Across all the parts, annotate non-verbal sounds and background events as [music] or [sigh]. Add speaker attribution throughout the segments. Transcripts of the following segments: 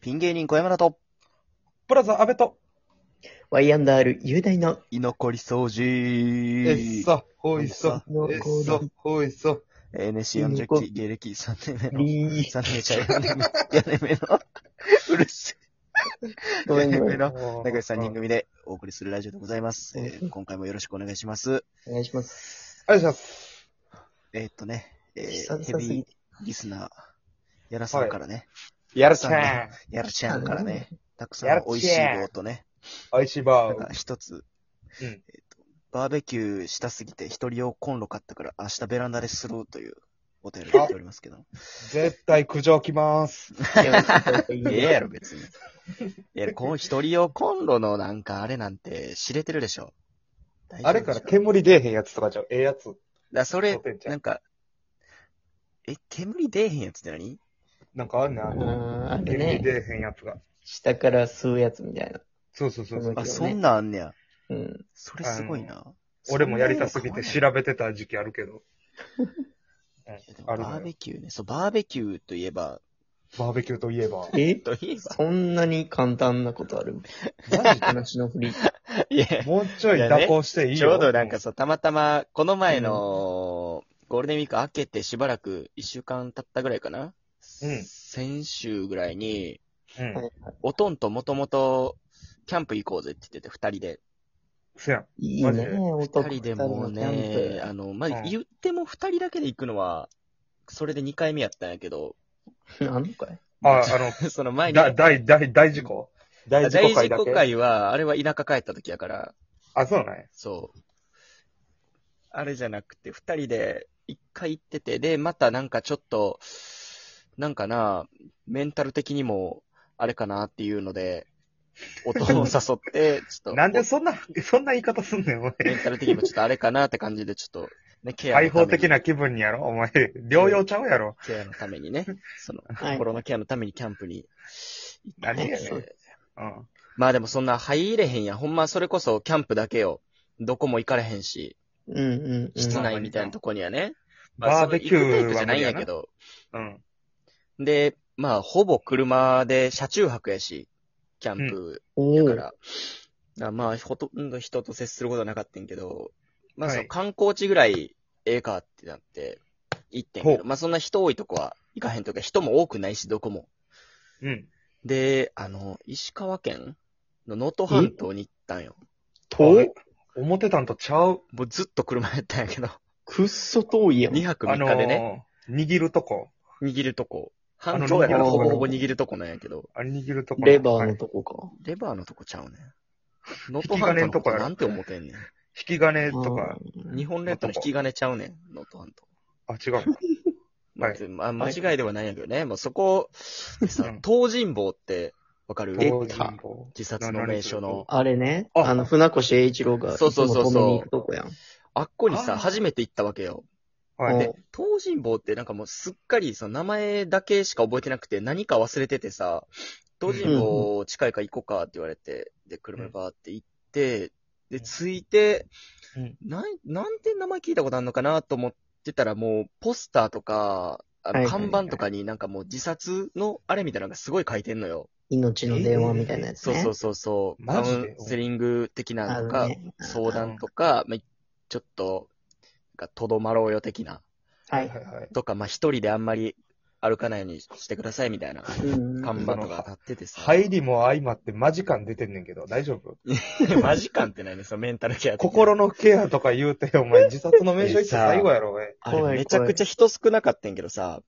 Speaker 1: ピン芸人小山田と、
Speaker 2: ブラザー、安倍と、
Speaker 3: ワイアンダール雄大の
Speaker 1: 居残り掃
Speaker 2: え
Speaker 1: 除
Speaker 2: っ。そ、ほいそ、えっそ、ほいそ。
Speaker 1: NSC40 期、芸歴3年目の、
Speaker 3: リー。
Speaker 1: 3年目ちゃう、4年目、4年目の、うるせえ。
Speaker 3: ごめ
Speaker 1: 4
Speaker 3: んご
Speaker 1: 年
Speaker 3: め
Speaker 1: 目 [laughs]
Speaker 3: ん。
Speaker 1: の、
Speaker 2: 仲
Speaker 1: 仲良し3人組でお送りするラジオでございます。えー今回もよろしくお願いします。
Speaker 3: お願いします。
Speaker 2: ありがとうございます。
Speaker 1: えーっとね、え
Speaker 3: 久
Speaker 1: ー、
Speaker 3: 々
Speaker 1: ヘ
Speaker 3: すぎ
Speaker 1: ビーリスナー、やらさんからね、
Speaker 2: やる
Speaker 1: ち
Speaker 2: ち
Speaker 1: ゃ
Speaker 2: ゃ
Speaker 1: ん
Speaker 2: ん。
Speaker 1: やるちゃんからね、たくさ
Speaker 2: や
Speaker 1: ん
Speaker 2: るちゃ
Speaker 1: 美
Speaker 2: ん
Speaker 1: 味しい棒とね、
Speaker 2: おいしい
Speaker 1: な
Speaker 2: ば
Speaker 1: んか一つ、
Speaker 2: うん
Speaker 1: えーっとバーベキューしたすぎて一人用コンロ買ったから明日ベランダでするというお便りが来ておりますけど。
Speaker 2: 絶対苦情きます。
Speaker 3: い
Speaker 2: [laughs]
Speaker 1: ええやろ、別に。いや、こう、一人用コンロのなんかあれなんて知れてるでしょ。大丈夫
Speaker 2: あれから煙出えへんやつとかじゃ、ええやつ。
Speaker 1: だそれ
Speaker 2: 持ってん、ちゃう
Speaker 1: なんか、え、煙出えへんやつって何
Speaker 2: なんかあんねんあ
Speaker 3: う
Speaker 2: の
Speaker 3: ん、ある
Speaker 2: 煙
Speaker 3: ね。
Speaker 2: 出えへんやつが。
Speaker 3: 下から吸うやつみたいな。
Speaker 2: そうそうそうそう。
Speaker 3: だ
Speaker 1: あ、
Speaker 3: けどね
Speaker 1: そんなんあんねや。
Speaker 3: うん。
Speaker 1: それすごいな。
Speaker 2: 俺もやりたすぎて
Speaker 1: 知
Speaker 2: 調べてた時期あるけど。うんある
Speaker 1: バ
Speaker 2: の
Speaker 1: ー
Speaker 2: よ
Speaker 1: ベキューね。そう、バーベキューといえば、
Speaker 2: バーベキューといえ
Speaker 3: [laughs]
Speaker 2: ば。
Speaker 3: え
Speaker 1: といえば、
Speaker 3: そんなに簡単なことある
Speaker 2: マジ
Speaker 3: 話の振り。
Speaker 1: [laughs] いや、
Speaker 2: もうちょい蛇行していいよ。
Speaker 1: ちょうどなんかそう、たまたま、この前の、ゴールデンウィーク明けてしばらく、一週間経ったぐらいかな。
Speaker 2: うん
Speaker 1: 先週ぐらいに、
Speaker 2: うん。
Speaker 3: はい
Speaker 1: おとんともともと、キャンプ行こうぜって言ってて、二人で。
Speaker 2: せやん。
Speaker 3: いい
Speaker 2: マジで
Speaker 3: ね、男
Speaker 1: 二人でもう
Speaker 3: 二人のキ
Speaker 1: ね、
Speaker 3: ャン
Speaker 1: あの、まあ
Speaker 2: うん、
Speaker 1: 言っても二人だけで行くのは、それで二回目やったんやけど、 [laughs]
Speaker 3: プなんのかい
Speaker 2: あ、あ
Speaker 1: その
Speaker 2: の、
Speaker 1: 前に、
Speaker 2: だ、大、大、大事故
Speaker 1: 大
Speaker 2: 大事故会
Speaker 1: 事
Speaker 2: だ
Speaker 1: 故
Speaker 2: け。
Speaker 1: 会は、あれは田舎帰った時やから、
Speaker 2: あ、そうなんや。
Speaker 1: そう。あれじゃなくて、二人で一回行ってて、で、またなんかちょっと、なんかな、メンタル的にも、あれかなっていうので、おとんを誘って、ちょっと。
Speaker 2: なんでそんな、 [laughs] そんな言い方すんねん、お前。
Speaker 1: メンタル的にもちょっとあれかなって感じで、ちょっと、
Speaker 2: [laughs]
Speaker 1: ね、ケアの
Speaker 2: 開
Speaker 1: た
Speaker 2: 放
Speaker 1: めに
Speaker 2: 的、な気分にやろお前、療養ちゃうやろ。
Speaker 1: ケアのためにね、その、
Speaker 3: はい
Speaker 1: 心のケアのためにキャンプに行って
Speaker 2: 何やねん
Speaker 1: そう
Speaker 2: うん。
Speaker 1: まあでもそんな入れへんやん。ほんまそれこそキャンプだけよ。どこも行かれへんし、
Speaker 3: うんうんうん。
Speaker 1: 室内みたいなとこにはね。まあ
Speaker 2: バーベキュ
Speaker 1: その行くタ
Speaker 2: ー
Speaker 1: イプじ
Speaker 2: は
Speaker 1: ゃない
Speaker 2: 無
Speaker 1: ん
Speaker 2: 理
Speaker 1: や
Speaker 2: や
Speaker 1: けど。
Speaker 2: な。うん。
Speaker 1: で、まあほぼ車で車中泊やし、キャンプ
Speaker 3: お
Speaker 1: だか
Speaker 3: ー
Speaker 1: ら。あまあほとんど人と接することはなかったんやけど、まあそ
Speaker 2: は
Speaker 1: の
Speaker 2: い
Speaker 1: 観光地ぐらいええかってなって行ってんけ
Speaker 2: ほ
Speaker 1: ど、まあそんな人多いとこは行かへんとか人も多くないし、どこも。
Speaker 2: うん。
Speaker 1: で、あの、石川県の能登半島に行ったんよ。
Speaker 3: 遠
Speaker 2: 思ってたんとちゃう。
Speaker 1: もうずっと車やったんやけど、
Speaker 3: くっそ遠いやん。
Speaker 1: 2泊
Speaker 2: あ
Speaker 1: 3
Speaker 2: の
Speaker 1: 日でね、
Speaker 2: ー、握るとこ。
Speaker 1: 握るとこ。
Speaker 2: あの
Speaker 1: 半島やから
Speaker 3: あの
Speaker 1: ほぼほぼ握るとこなんやけど、
Speaker 2: あれ握るとこ。
Speaker 3: レバー
Speaker 2: はい
Speaker 3: の
Speaker 2: 引
Speaker 3: とこか。
Speaker 1: レバーのとこちゃうね。能
Speaker 2: き
Speaker 1: 登半
Speaker 2: 金
Speaker 1: 島
Speaker 2: の
Speaker 1: のことと
Speaker 2: こやろ
Speaker 1: なんて思ってんねん。
Speaker 2: き金とか。
Speaker 1: 日本列島の引き金ちゃうねん、能登半島。
Speaker 2: あ、違う。
Speaker 1: まあ
Speaker 2: はい
Speaker 1: まあ、間違いではないんやけどね。もうそこ、
Speaker 2: う
Speaker 1: さ
Speaker 2: ん、
Speaker 1: 東尋坊ってわかる
Speaker 2: 東尋坊
Speaker 1: 自殺の名所の。
Speaker 3: あれね。
Speaker 2: あ
Speaker 3: あの、船越英一郎が、
Speaker 1: そうそうそうそう
Speaker 3: いつも止めに行くとこやん。
Speaker 1: あっこにさ、
Speaker 2: あー
Speaker 1: 初めて行ったわけよ。
Speaker 2: はい。
Speaker 3: うん
Speaker 1: 東尋坊ってなんかもうすっかりその名前だけしか覚えてなくて何か忘れててさ、東尋坊近いから行こうかって言われて、で、車でバーって行って、で、着いて、
Speaker 2: うん
Speaker 1: なん、なんて名前聞いたことあるのかなと思ってたらもうポスターとか、あ
Speaker 3: は
Speaker 1: の
Speaker 3: いはいは
Speaker 1: 看
Speaker 3: い
Speaker 1: 板とかになんかもう自殺のあれみたいなのがすごい書いてんのよ。
Speaker 3: 命の電話みたいなやつ
Speaker 1: そう
Speaker 3: ね。
Speaker 1: そうそうそう。カ
Speaker 2: マ
Speaker 1: ウ
Speaker 2: ジ
Speaker 1: ン
Speaker 2: で
Speaker 1: セリング的なの
Speaker 3: あ
Speaker 1: と
Speaker 3: の
Speaker 1: か、
Speaker 3: ね。
Speaker 1: 相談とか、まあちょっと、なんかとどまろうよ的な。
Speaker 3: は
Speaker 2: はい
Speaker 3: い
Speaker 2: は。いはい。
Speaker 1: とか、まあ、一人であんまり歩かないようにしてくださいみたいな
Speaker 3: うん
Speaker 1: 看板とか立っててさ。
Speaker 2: 入りも相まってマジ感出てんねんけど、大丈夫
Speaker 1: マジ感ってないね、そのメンタルケア的な
Speaker 2: 心のケアとか言うて、お前自殺の名所行って最後やろ、お前。
Speaker 1: あれ
Speaker 3: 怖い
Speaker 1: めちゃくちゃ人少なかったんやけどさ、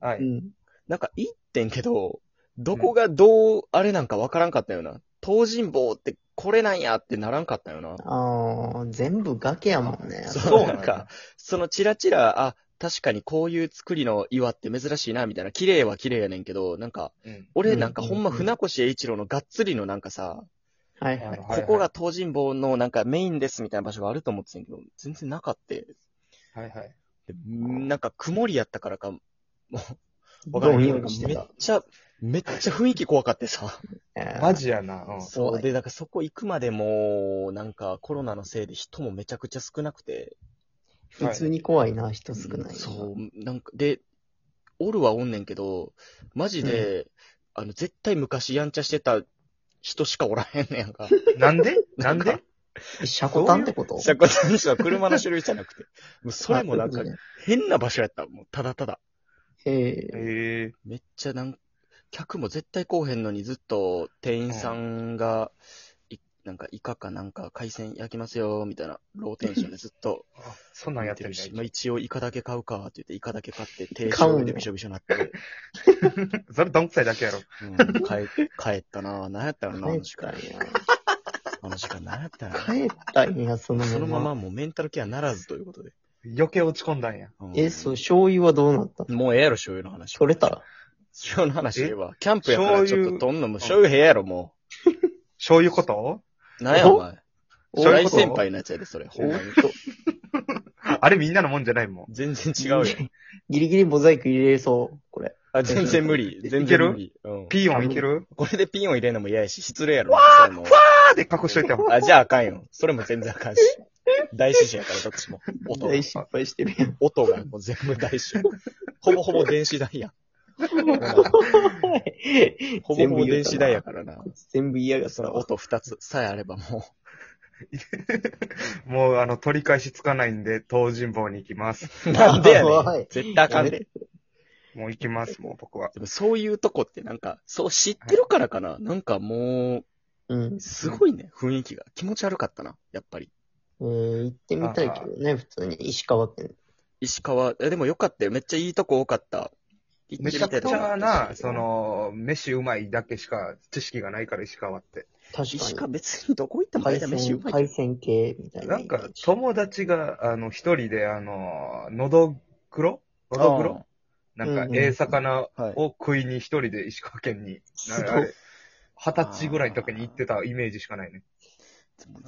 Speaker 2: は
Speaker 3: う
Speaker 2: い。
Speaker 3: ん。
Speaker 1: なんか行ってんけど、どこがどう、あれなんかわからんかったよな。東尋坊ってこれなんやってならんかったよな。
Speaker 3: ああ、全部崖やもんね。
Speaker 1: そう
Speaker 2: そうなんや
Speaker 1: なんか、そのチラチラ、あ、確かにこういう作りの岩って珍しいな、みたいな。綺麗は綺麗やねんけど、なんか、
Speaker 2: うん。
Speaker 1: 俺なんかほんま
Speaker 3: うんうんう
Speaker 1: 船越英一郎のがっつりのなんかさ、
Speaker 3: はい
Speaker 2: あの
Speaker 3: は
Speaker 2: はい
Speaker 3: い。
Speaker 2: はい
Speaker 1: ここが東尋坊のなんかメインですみたいな場所があると思ってたんやけど、全然なかった。で
Speaker 2: はいはい。
Speaker 1: なんか曇りやったからか、もう、わ
Speaker 3: ど
Speaker 1: かん
Speaker 3: う
Speaker 1: ないいうけ
Speaker 3: に
Speaker 1: ど
Speaker 3: し
Speaker 1: め
Speaker 3: て。
Speaker 1: ったちゃ、めっちゃ雰囲気怖かってさ。
Speaker 2: マジやな。うん。
Speaker 1: そう。で、なんかそこ行くまでも、なんかコロナのせいで人もめちゃくちゃ少なくて。
Speaker 3: 普通に怖いな、人少ない。
Speaker 1: そう。なんか、で、おるはおんねんけど、マジで、あの、絶対昔やんちゃしてた人しかおらへんねやんか。
Speaker 2: なんでなん
Speaker 1: なん
Speaker 2: で
Speaker 1: か
Speaker 3: シャコタンってこと
Speaker 1: 車庫さんしは車の種類じゃなくて。 [laughs] もうそれもなんか
Speaker 3: あそういうこ
Speaker 1: 変な場所やった。もうただただ。
Speaker 3: とねへえ。
Speaker 2: ええ
Speaker 1: めっちゃなん、客も絶対来おへんのにずっと店員さんが、いなんかイカかなんか海鮮焼きますよ、みたいな、ローテンションでずっ
Speaker 2: [laughs]
Speaker 1: と
Speaker 2: あ、そんなんや
Speaker 1: 見
Speaker 2: ってるみた
Speaker 1: し、
Speaker 2: い
Speaker 1: まあ、一応イカだけ買うか、って言ってイカだけ買って、手
Speaker 3: 買う
Speaker 1: 塩
Speaker 3: の
Speaker 1: でびしょびしょになって、
Speaker 2: それどんくさいだけやろ。
Speaker 1: うん、帰帰ったなぁ。何やったのな、あの時
Speaker 3: 帰った
Speaker 1: 間
Speaker 3: ん。や。
Speaker 1: あの時間何やったの
Speaker 3: 帰ったんや、そのまま。
Speaker 1: そのままもうメンタルケアならずということで。
Speaker 2: 余計落ち込んだんや。
Speaker 1: うん
Speaker 3: え、そう、醤油はどうなったの
Speaker 1: もうええやろ、醤油の話。
Speaker 3: 取れた
Speaker 1: 醤油の話言えば。キャンプやからちょっとどんのもう醤
Speaker 2: 醤
Speaker 1: 油ええやろ、も
Speaker 2: 醤油こと
Speaker 1: う。なんや、お前。
Speaker 3: お
Speaker 1: 大先輩のやつやで、それ。ほんまに。
Speaker 3: と
Speaker 2: あれみんなのもんじゃないもん。
Speaker 1: 全然違うよ。
Speaker 3: ギリギリモザイク入れそう、これ。
Speaker 1: あ、全然無理。全
Speaker 2: いけ
Speaker 1: 然
Speaker 2: る
Speaker 1: 無理。うん。
Speaker 2: ピーヨンいける
Speaker 1: これでピンを入れるのも嫌やし、失礼やろ。わー
Speaker 2: あーで隠しといても。
Speaker 1: あ、じゃああかんよ。それも全然あかんし。大師匠やから、どっちも。音が
Speaker 3: 大。失敗してるやん。
Speaker 1: 音がもう全部大師匠。ほぼほぼ電子代やん。ほぼほぼ電子代やからな。
Speaker 3: 全部嫌がった
Speaker 1: その
Speaker 3: わ。
Speaker 1: 音二つさえあればも
Speaker 2: もう、あの、取り返しつかないんで、東尋坊に行きます。
Speaker 1: う。 [laughs] なんでや
Speaker 3: お
Speaker 1: ね
Speaker 3: い
Speaker 1: ん。絶対あかんで。
Speaker 2: もう行きます、もう僕は。
Speaker 1: でもそういうとこってなんか、そう知ってるからかな。なんかも
Speaker 3: うん
Speaker 1: う、。すごいね、雰囲気が。気持ち悪かったな、やっぱり。
Speaker 3: えー、行ってみたいけどね、普通に。石川県。
Speaker 1: 石川、えでもよかったよ。めっちゃいいとこ多かった。行
Speaker 2: め
Speaker 1: って
Speaker 2: ちゃ
Speaker 1: みたい
Speaker 2: く
Speaker 1: と
Speaker 2: ち
Speaker 1: こ
Speaker 2: ゃ
Speaker 1: あった
Speaker 2: な、
Speaker 1: し
Speaker 2: そ、の、飯うまいだけしか知識がないから、石川って。
Speaker 3: 確
Speaker 1: 石
Speaker 3: か
Speaker 1: 川
Speaker 3: に。
Speaker 1: 別にどこ行っても
Speaker 3: 海
Speaker 1: 間飯う
Speaker 3: 鮮、
Speaker 1: まい。
Speaker 3: 海鮮系みたいな。
Speaker 2: なんか、友達が、あの、一人で、あの、のどぐろのどぐろなんか
Speaker 3: う、んうん
Speaker 2: ええ魚
Speaker 1: はい
Speaker 2: を食いに一人で石川県に、なん
Speaker 3: す
Speaker 2: か
Speaker 3: ご
Speaker 2: あ
Speaker 3: い
Speaker 2: れ。二十歳ぐらいの時に行ってたイメージしかないね。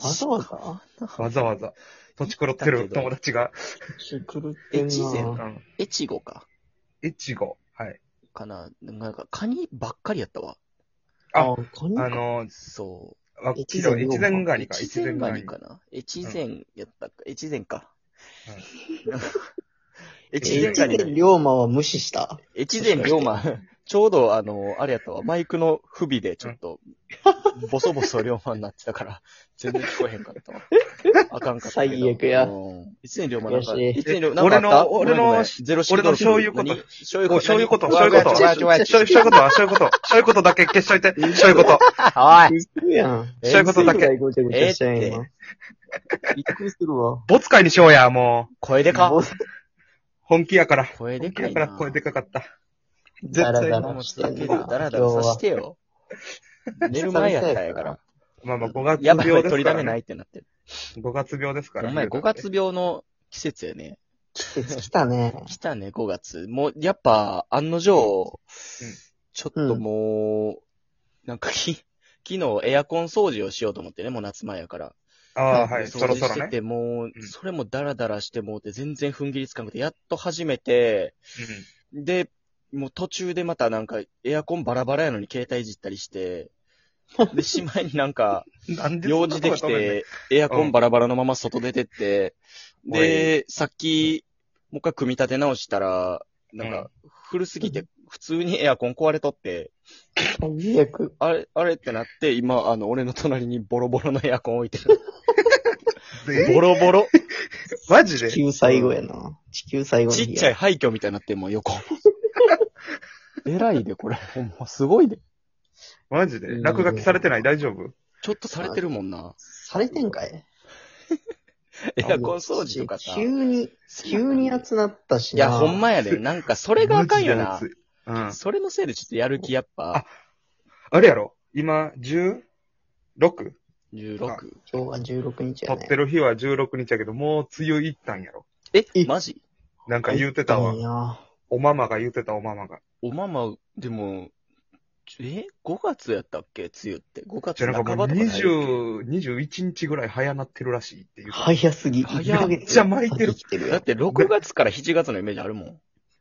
Speaker 3: わざわざ
Speaker 2: わざわざ。土地狂ってる友達が。
Speaker 3: 狂ってん
Speaker 1: 越前
Speaker 2: う。
Speaker 3: なん
Speaker 1: 越後か。
Speaker 2: 越後。はい。
Speaker 1: かな。なんか、カニばっかりやったわ。
Speaker 2: あ
Speaker 3: あ、カニ
Speaker 2: あ
Speaker 3: か。
Speaker 2: の、
Speaker 1: そ
Speaker 2: あ、
Speaker 3: 越
Speaker 2: 昨
Speaker 3: 前
Speaker 2: 日、越前ガニか、
Speaker 1: う。越
Speaker 2: 越前
Speaker 1: 前ガ
Speaker 2: ガニ
Speaker 1: ニ。かな。越前やったか。越前か。 [laughs] 越
Speaker 2: 越
Speaker 1: 前ガ
Speaker 2: 前ガ
Speaker 1: ニ
Speaker 2: ニ
Speaker 1: だ
Speaker 3: で龍馬は無視した。
Speaker 1: 越前龍馬、ちょうどあの、あれやったわ、マイクの不備でちょっと、ボソボソ龍馬になってたから、全然聞こえへんかった
Speaker 2: [laughs]
Speaker 1: わ。あかんかったけど。
Speaker 3: 最悪や
Speaker 1: うん。越前龍馬なんか、
Speaker 3: 悔しい
Speaker 1: 越前龍馬なんかあった
Speaker 2: 俺
Speaker 1: ごめ
Speaker 2: の
Speaker 1: んごめん
Speaker 2: 俺の
Speaker 1: ゼロシ
Speaker 2: 俺の醤油こと
Speaker 1: 醤
Speaker 2: お醤油こと、醤
Speaker 1: 何
Speaker 2: 油こと、
Speaker 1: ちょちょ
Speaker 2: 醤
Speaker 1: ちょ
Speaker 2: 油
Speaker 1: ちょ
Speaker 2: そういうこと、そういうこと、そういうことだけ消しといて、そういうこと。
Speaker 1: おい
Speaker 3: 嘘やん。
Speaker 2: そういうことだけ。
Speaker 3: ごちゃごちゃしたやん
Speaker 1: えー
Speaker 3: 今。びっくりするわ。
Speaker 2: ボツ会にしようや、もう。
Speaker 1: 声でか
Speaker 3: もう
Speaker 2: 本気やから。
Speaker 1: 声で
Speaker 2: 本気
Speaker 1: か
Speaker 2: や
Speaker 1: い
Speaker 2: から
Speaker 1: な。
Speaker 2: 声でかかった。
Speaker 3: 絶
Speaker 1: ダ
Speaker 3: 対ダ
Speaker 1: ラダ
Speaker 3: ラ
Speaker 1: ラ
Speaker 3: し
Speaker 1: してて
Speaker 3: んな
Speaker 1: ダラダラさしてよ。寝る前やったんや
Speaker 2: [laughs]
Speaker 1: から。
Speaker 2: まあまあ、5月
Speaker 1: やばい、
Speaker 2: 病です
Speaker 1: 取り
Speaker 2: か
Speaker 1: だ
Speaker 2: ら、
Speaker 1: めな
Speaker 2: ね
Speaker 1: い。ってなって
Speaker 2: [laughs]
Speaker 1: る。
Speaker 2: 5月病ですから。
Speaker 1: お前、5月病の季節やね。
Speaker 3: 季節来たね。
Speaker 1: 来たね、5月。もう、やっぱ、案の定、ちょっともう、なんかき、昨日エアコン掃除をしようと思ってね、もう夏前やから。
Speaker 2: ああ、はい、
Speaker 1: で
Speaker 2: そろそ
Speaker 1: 掃除
Speaker 2: ろ
Speaker 1: して
Speaker 2: ね。
Speaker 1: て、もう、
Speaker 2: ん
Speaker 1: それもダラダラしてもうて、全然踏ん切りつかなくて、やっと始めて、で、もう途中でまたなんか、エアコンバラバラやのに携帯いじったりして、で、しまいになんか、
Speaker 2: うん。なんで
Speaker 1: 用事 [laughs] でき
Speaker 2: そんなことが止めんねん、
Speaker 1: て、エアコンバラバラのまま外出てって、で、さっき、もう一回組み立て直したら、なんか、古すぎて、普通にエアコン壊れとって、
Speaker 3: 最悪。
Speaker 1: あれ、あれってなって、今、あの、俺の隣にボロボロのエアコン置いてる。
Speaker 2: え
Speaker 1: ボロボロ。
Speaker 2: マジ
Speaker 3: 地
Speaker 2: で
Speaker 3: 球最後やな。地球最後の
Speaker 1: ち
Speaker 3: 日や
Speaker 1: っちゃい廃墟みたいになってんもん、 [laughs] 横。えらいで、これ。ほんま、すごいで。
Speaker 2: マジで
Speaker 3: うん
Speaker 2: 落書きされてない大丈夫
Speaker 1: ちょっとされてるもんな。
Speaker 3: されてんかい
Speaker 1: エアコン掃除とかさ。
Speaker 3: 急に、急に熱なったし
Speaker 1: い
Speaker 3: な。
Speaker 1: や、ほんまやで。なんか、それがあかんよ
Speaker 2: マ
Speaker 1: な
Speaker 2: ジ。で熱いうん。
Speaker 1: それのせいでちょっとやる気やっぱ、
Speaker 2: あれやろ今、16?
Speaker 1: 16。
Speaker 3: 今日は16日
Speaker 2: 撮
Speaker 3: や
Speaker 2: っ
Speaker 3: ね。
Speaker 2: てる日は16日やけど、もう梅雨いったんやろ
Speaker 1: え、
Speaker 3: え
Speaker 1: マジ
Speaker 2: なんか言うてたわ
Speaker 3: い。や
Speaker 2: おママが言うてた、おママが。
Speaker 1: おまま、でも、え ?5 月やったっけ梅雨って。5月
Speaker 2: じゃあな
Speaker 1: 半
Speaker 2: んかも
Speaker 1: ば
Speaker 2: う
Speaker 1: とかない
Speaker 2: 20、21日ぐらい早なってるらしいっていう。
Speaker 3: 早すぎ。
Speaker 1: 早い
Speaker 3: 1ヶ月
Speaker 2: めっちゃ巻いてる
Speaker 3: 先来てる
Speaker 1: だ
Speaker 3: や
Speaker 1: って6月から7月のイメージあるもん。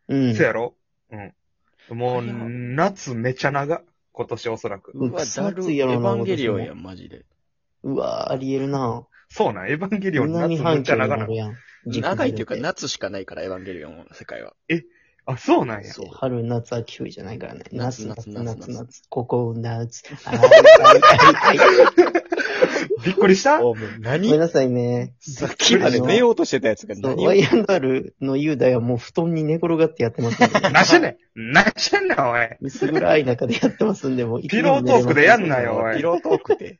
Speaker 3: うん
Speaker 2: そう。やろうん。もう、
Speaker 1: 早っ
Speaker 2: 夏めちゃ長。今年おそらく。
Speaker 3: うん
Speaker 1: わ、だる、
Speaker 3: 暑い
Speaker 1: エ
Speaker 3: や
Speaker 1: ヴ
Speaker 3: ろな
Speaker 1: ァンゲリオンやん、マジで。
Speaker 3: うわありえるな。
Speaker 2: そうなん、エヴァンゲリオン夏
Speaker 3: 南
Speaker 2: め
Speaker 3: 半
Speaker 2: っちゃ
Speaker 3: 球
Speaker 2: 長
Speaker 3: にな
Speaker 2: なの
Speaker 3: る。やん。
Speaker 1: 長いっていうか
Speaker 3: 時期ずれて
Speaker 1: 夏しかないから、エヴァンゲリオンの世界は。
Speaker 2: あ、そうなんや。
Speaker 1: そう
Speaker 3: 春、夏、秋、冬じゃないからね。
Speaker 1: 夏
Speaker 3: 夏、
Speaker 1: 夏
Speaker 3: 夏、
Speaker 1: 夏夏
Speaker 3: 夏、夏、ここ、夏。あーあーあーあーあー
Speaker 2: びっくりした
Speaker 1: おもう
Speaker 3: ご
Speaker 1: [laughs]
Speaker 3: めん
Speaker 1: 何
Speaker 3: なさいね。
Speaker 1: さっ
Speaker 2: き
Speaker 1: きま
Speaker 2: まで
Speaker 1: で
Speaker 3: 寝
Speaker 1: 寝ようとしてたやつが何を
Speaker 3: YNR の雄大はもう布団に寝転がってやってますんで、
Speaker 2: [laughs] なしてんねんなしてんねん、おい。
Speaker 3: 薄暗い中でやってますんで、もういつでも寝れ
Speaker 2: ピロートークでや
Speaker 3: ます
Speaker 2: んなよおい
Speaker 1: ピロートーク [laughs] で。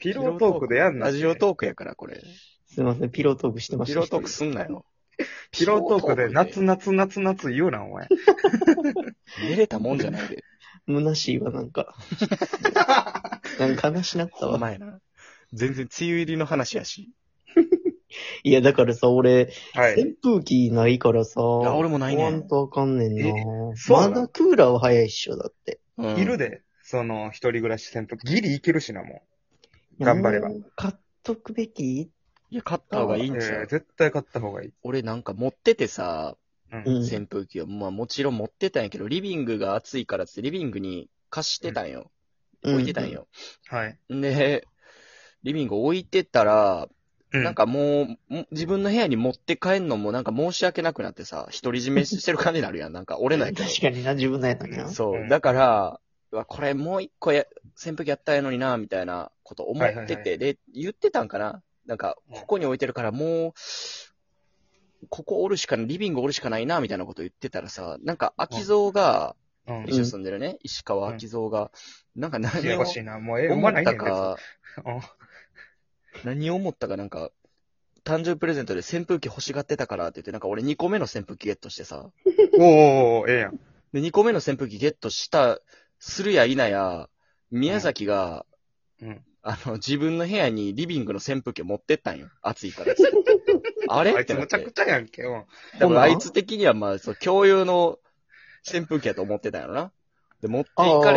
Speaker 2: ピロートークでやんな。
Speaker 1: ラジオトークやから、これ。
Speaker 3: すいません、ピロートークしてまし
Speaker 1: ピ
Speaker 3: た。
Speaker 1: ロートークすんな [laughs] よ。
Speaker 2: ピロートークで夏、夏、夏、夏言うな、
Speaker 1: [laughs]
Speaker 2: お前。
Speaker 1: 寝れたもんじゃないで。
Speaker 3: 虚しいわ、なんか。なんか悲しなった
Speaker 1: [laughs] お
Speaker 3: わ。
Speaker 1: 前な。全然梅雨入りの話やし。
Speaker 3: いや、だからさ、俺、
Speaker 2: はい。
Speaker 3: 扇風機ないからさ。
Speaker 1: や俺もないね
Speaker 3: ほんとあかんねんな
Speaker 2: え。そうな
Speaker 3: ま
Speaker 2: の
Speaker 3: だクーラーは早いっしょ、だって。
Speaker 1: うん
Speaker 2: いるで、その、一人暮らし扇風機。ギリいけるしな、もう。頑張れば。
Speaker 3: もう買っとくべき
Speaker 1: いや、買った方がいいんちゃ
Speaker 2: えー
Speaker 1: う
Speaker 2: 絶対買った方がいい。
Speaker 1: 俺なんか持っててさ、
Speaker 2: う。
Speaker 3: うんん。
Speaker 1: 扇風機を、まあもちろん持ってたんやけど、リビングが暑いからっつって、リビングに貸してたんよ。置いてたんよ。
Speaker 2: はい。
Speaker 1: で、リビング置いてたら、
Speaker 2: う
Speaker 1: なん、かもう、も自分の部屋に持って帰んのもなんか申し訳なくなってさ、独り占めしてる感じになるやん。なんか俺
Speaker 3: うん。
Speaker 1: のやけど。
Speaker 3: 確かにな、自分のやつな。
Speaker 1: そうう。
Speaker 2: ん
Speaker 1: だから、うわこれもう一個や、扇風機やったんやのにな、みたいなこと思ってて、
Speaker 2: はいはいは
Speaker 1: で、言ってたんかななんか、
Speaker 2: うん
Speaker 1: ここに置いてるからもう、ここおるしかない、リビングおるしかないな、みたいなこと言ってたらさ、なんか、秋蔵が、
Speaker 2: うん。
Speaker 1: 一緒に住んでるね、石川秋蔵が、なんか
Speaker 2: や
Speaker 1: 何
Speaker 2: や
Speaker 1: を
Speaker 2: こしいな。もう、え、う
Speaker 1: 思
Speaker 2: ま
Speaker 1: っ
Speaker 2: ない
Speaker 1: た
Speaker 2: ねんけど。
Speaker 1: か、何を思ったかなんか、誕生日プレゼントで扇風機欲しがってたからって言って、なんか俺2個目の扇風機ゲットしてさ、
Speaker 2: うんおーおーおーええやん。
Speaker 1: で、2個目の扇風機ゲットした、するや否や、宮崎が、
Speaker 2: うん
Speaker 1: あの、自分の部屋にリビングの扇風機を持ってったんよ。暑いからっつって。
Speaker 2: [laughs]
Speaker 1: あれ
Speaker 2: あ
Speaker 1: っ
Speaker 2: いつ
Speaker 1: てな
Speaker 2: む
Speaker 1: っ
Speaker 2: ちゃく
Speaker 1: て。
Speaker 2: ちゃやんけ。うん
Speaker 1: 多分あいつ的には、まあ、そう、共有の扇風機やと思ってたんやろな。で、持っていかれ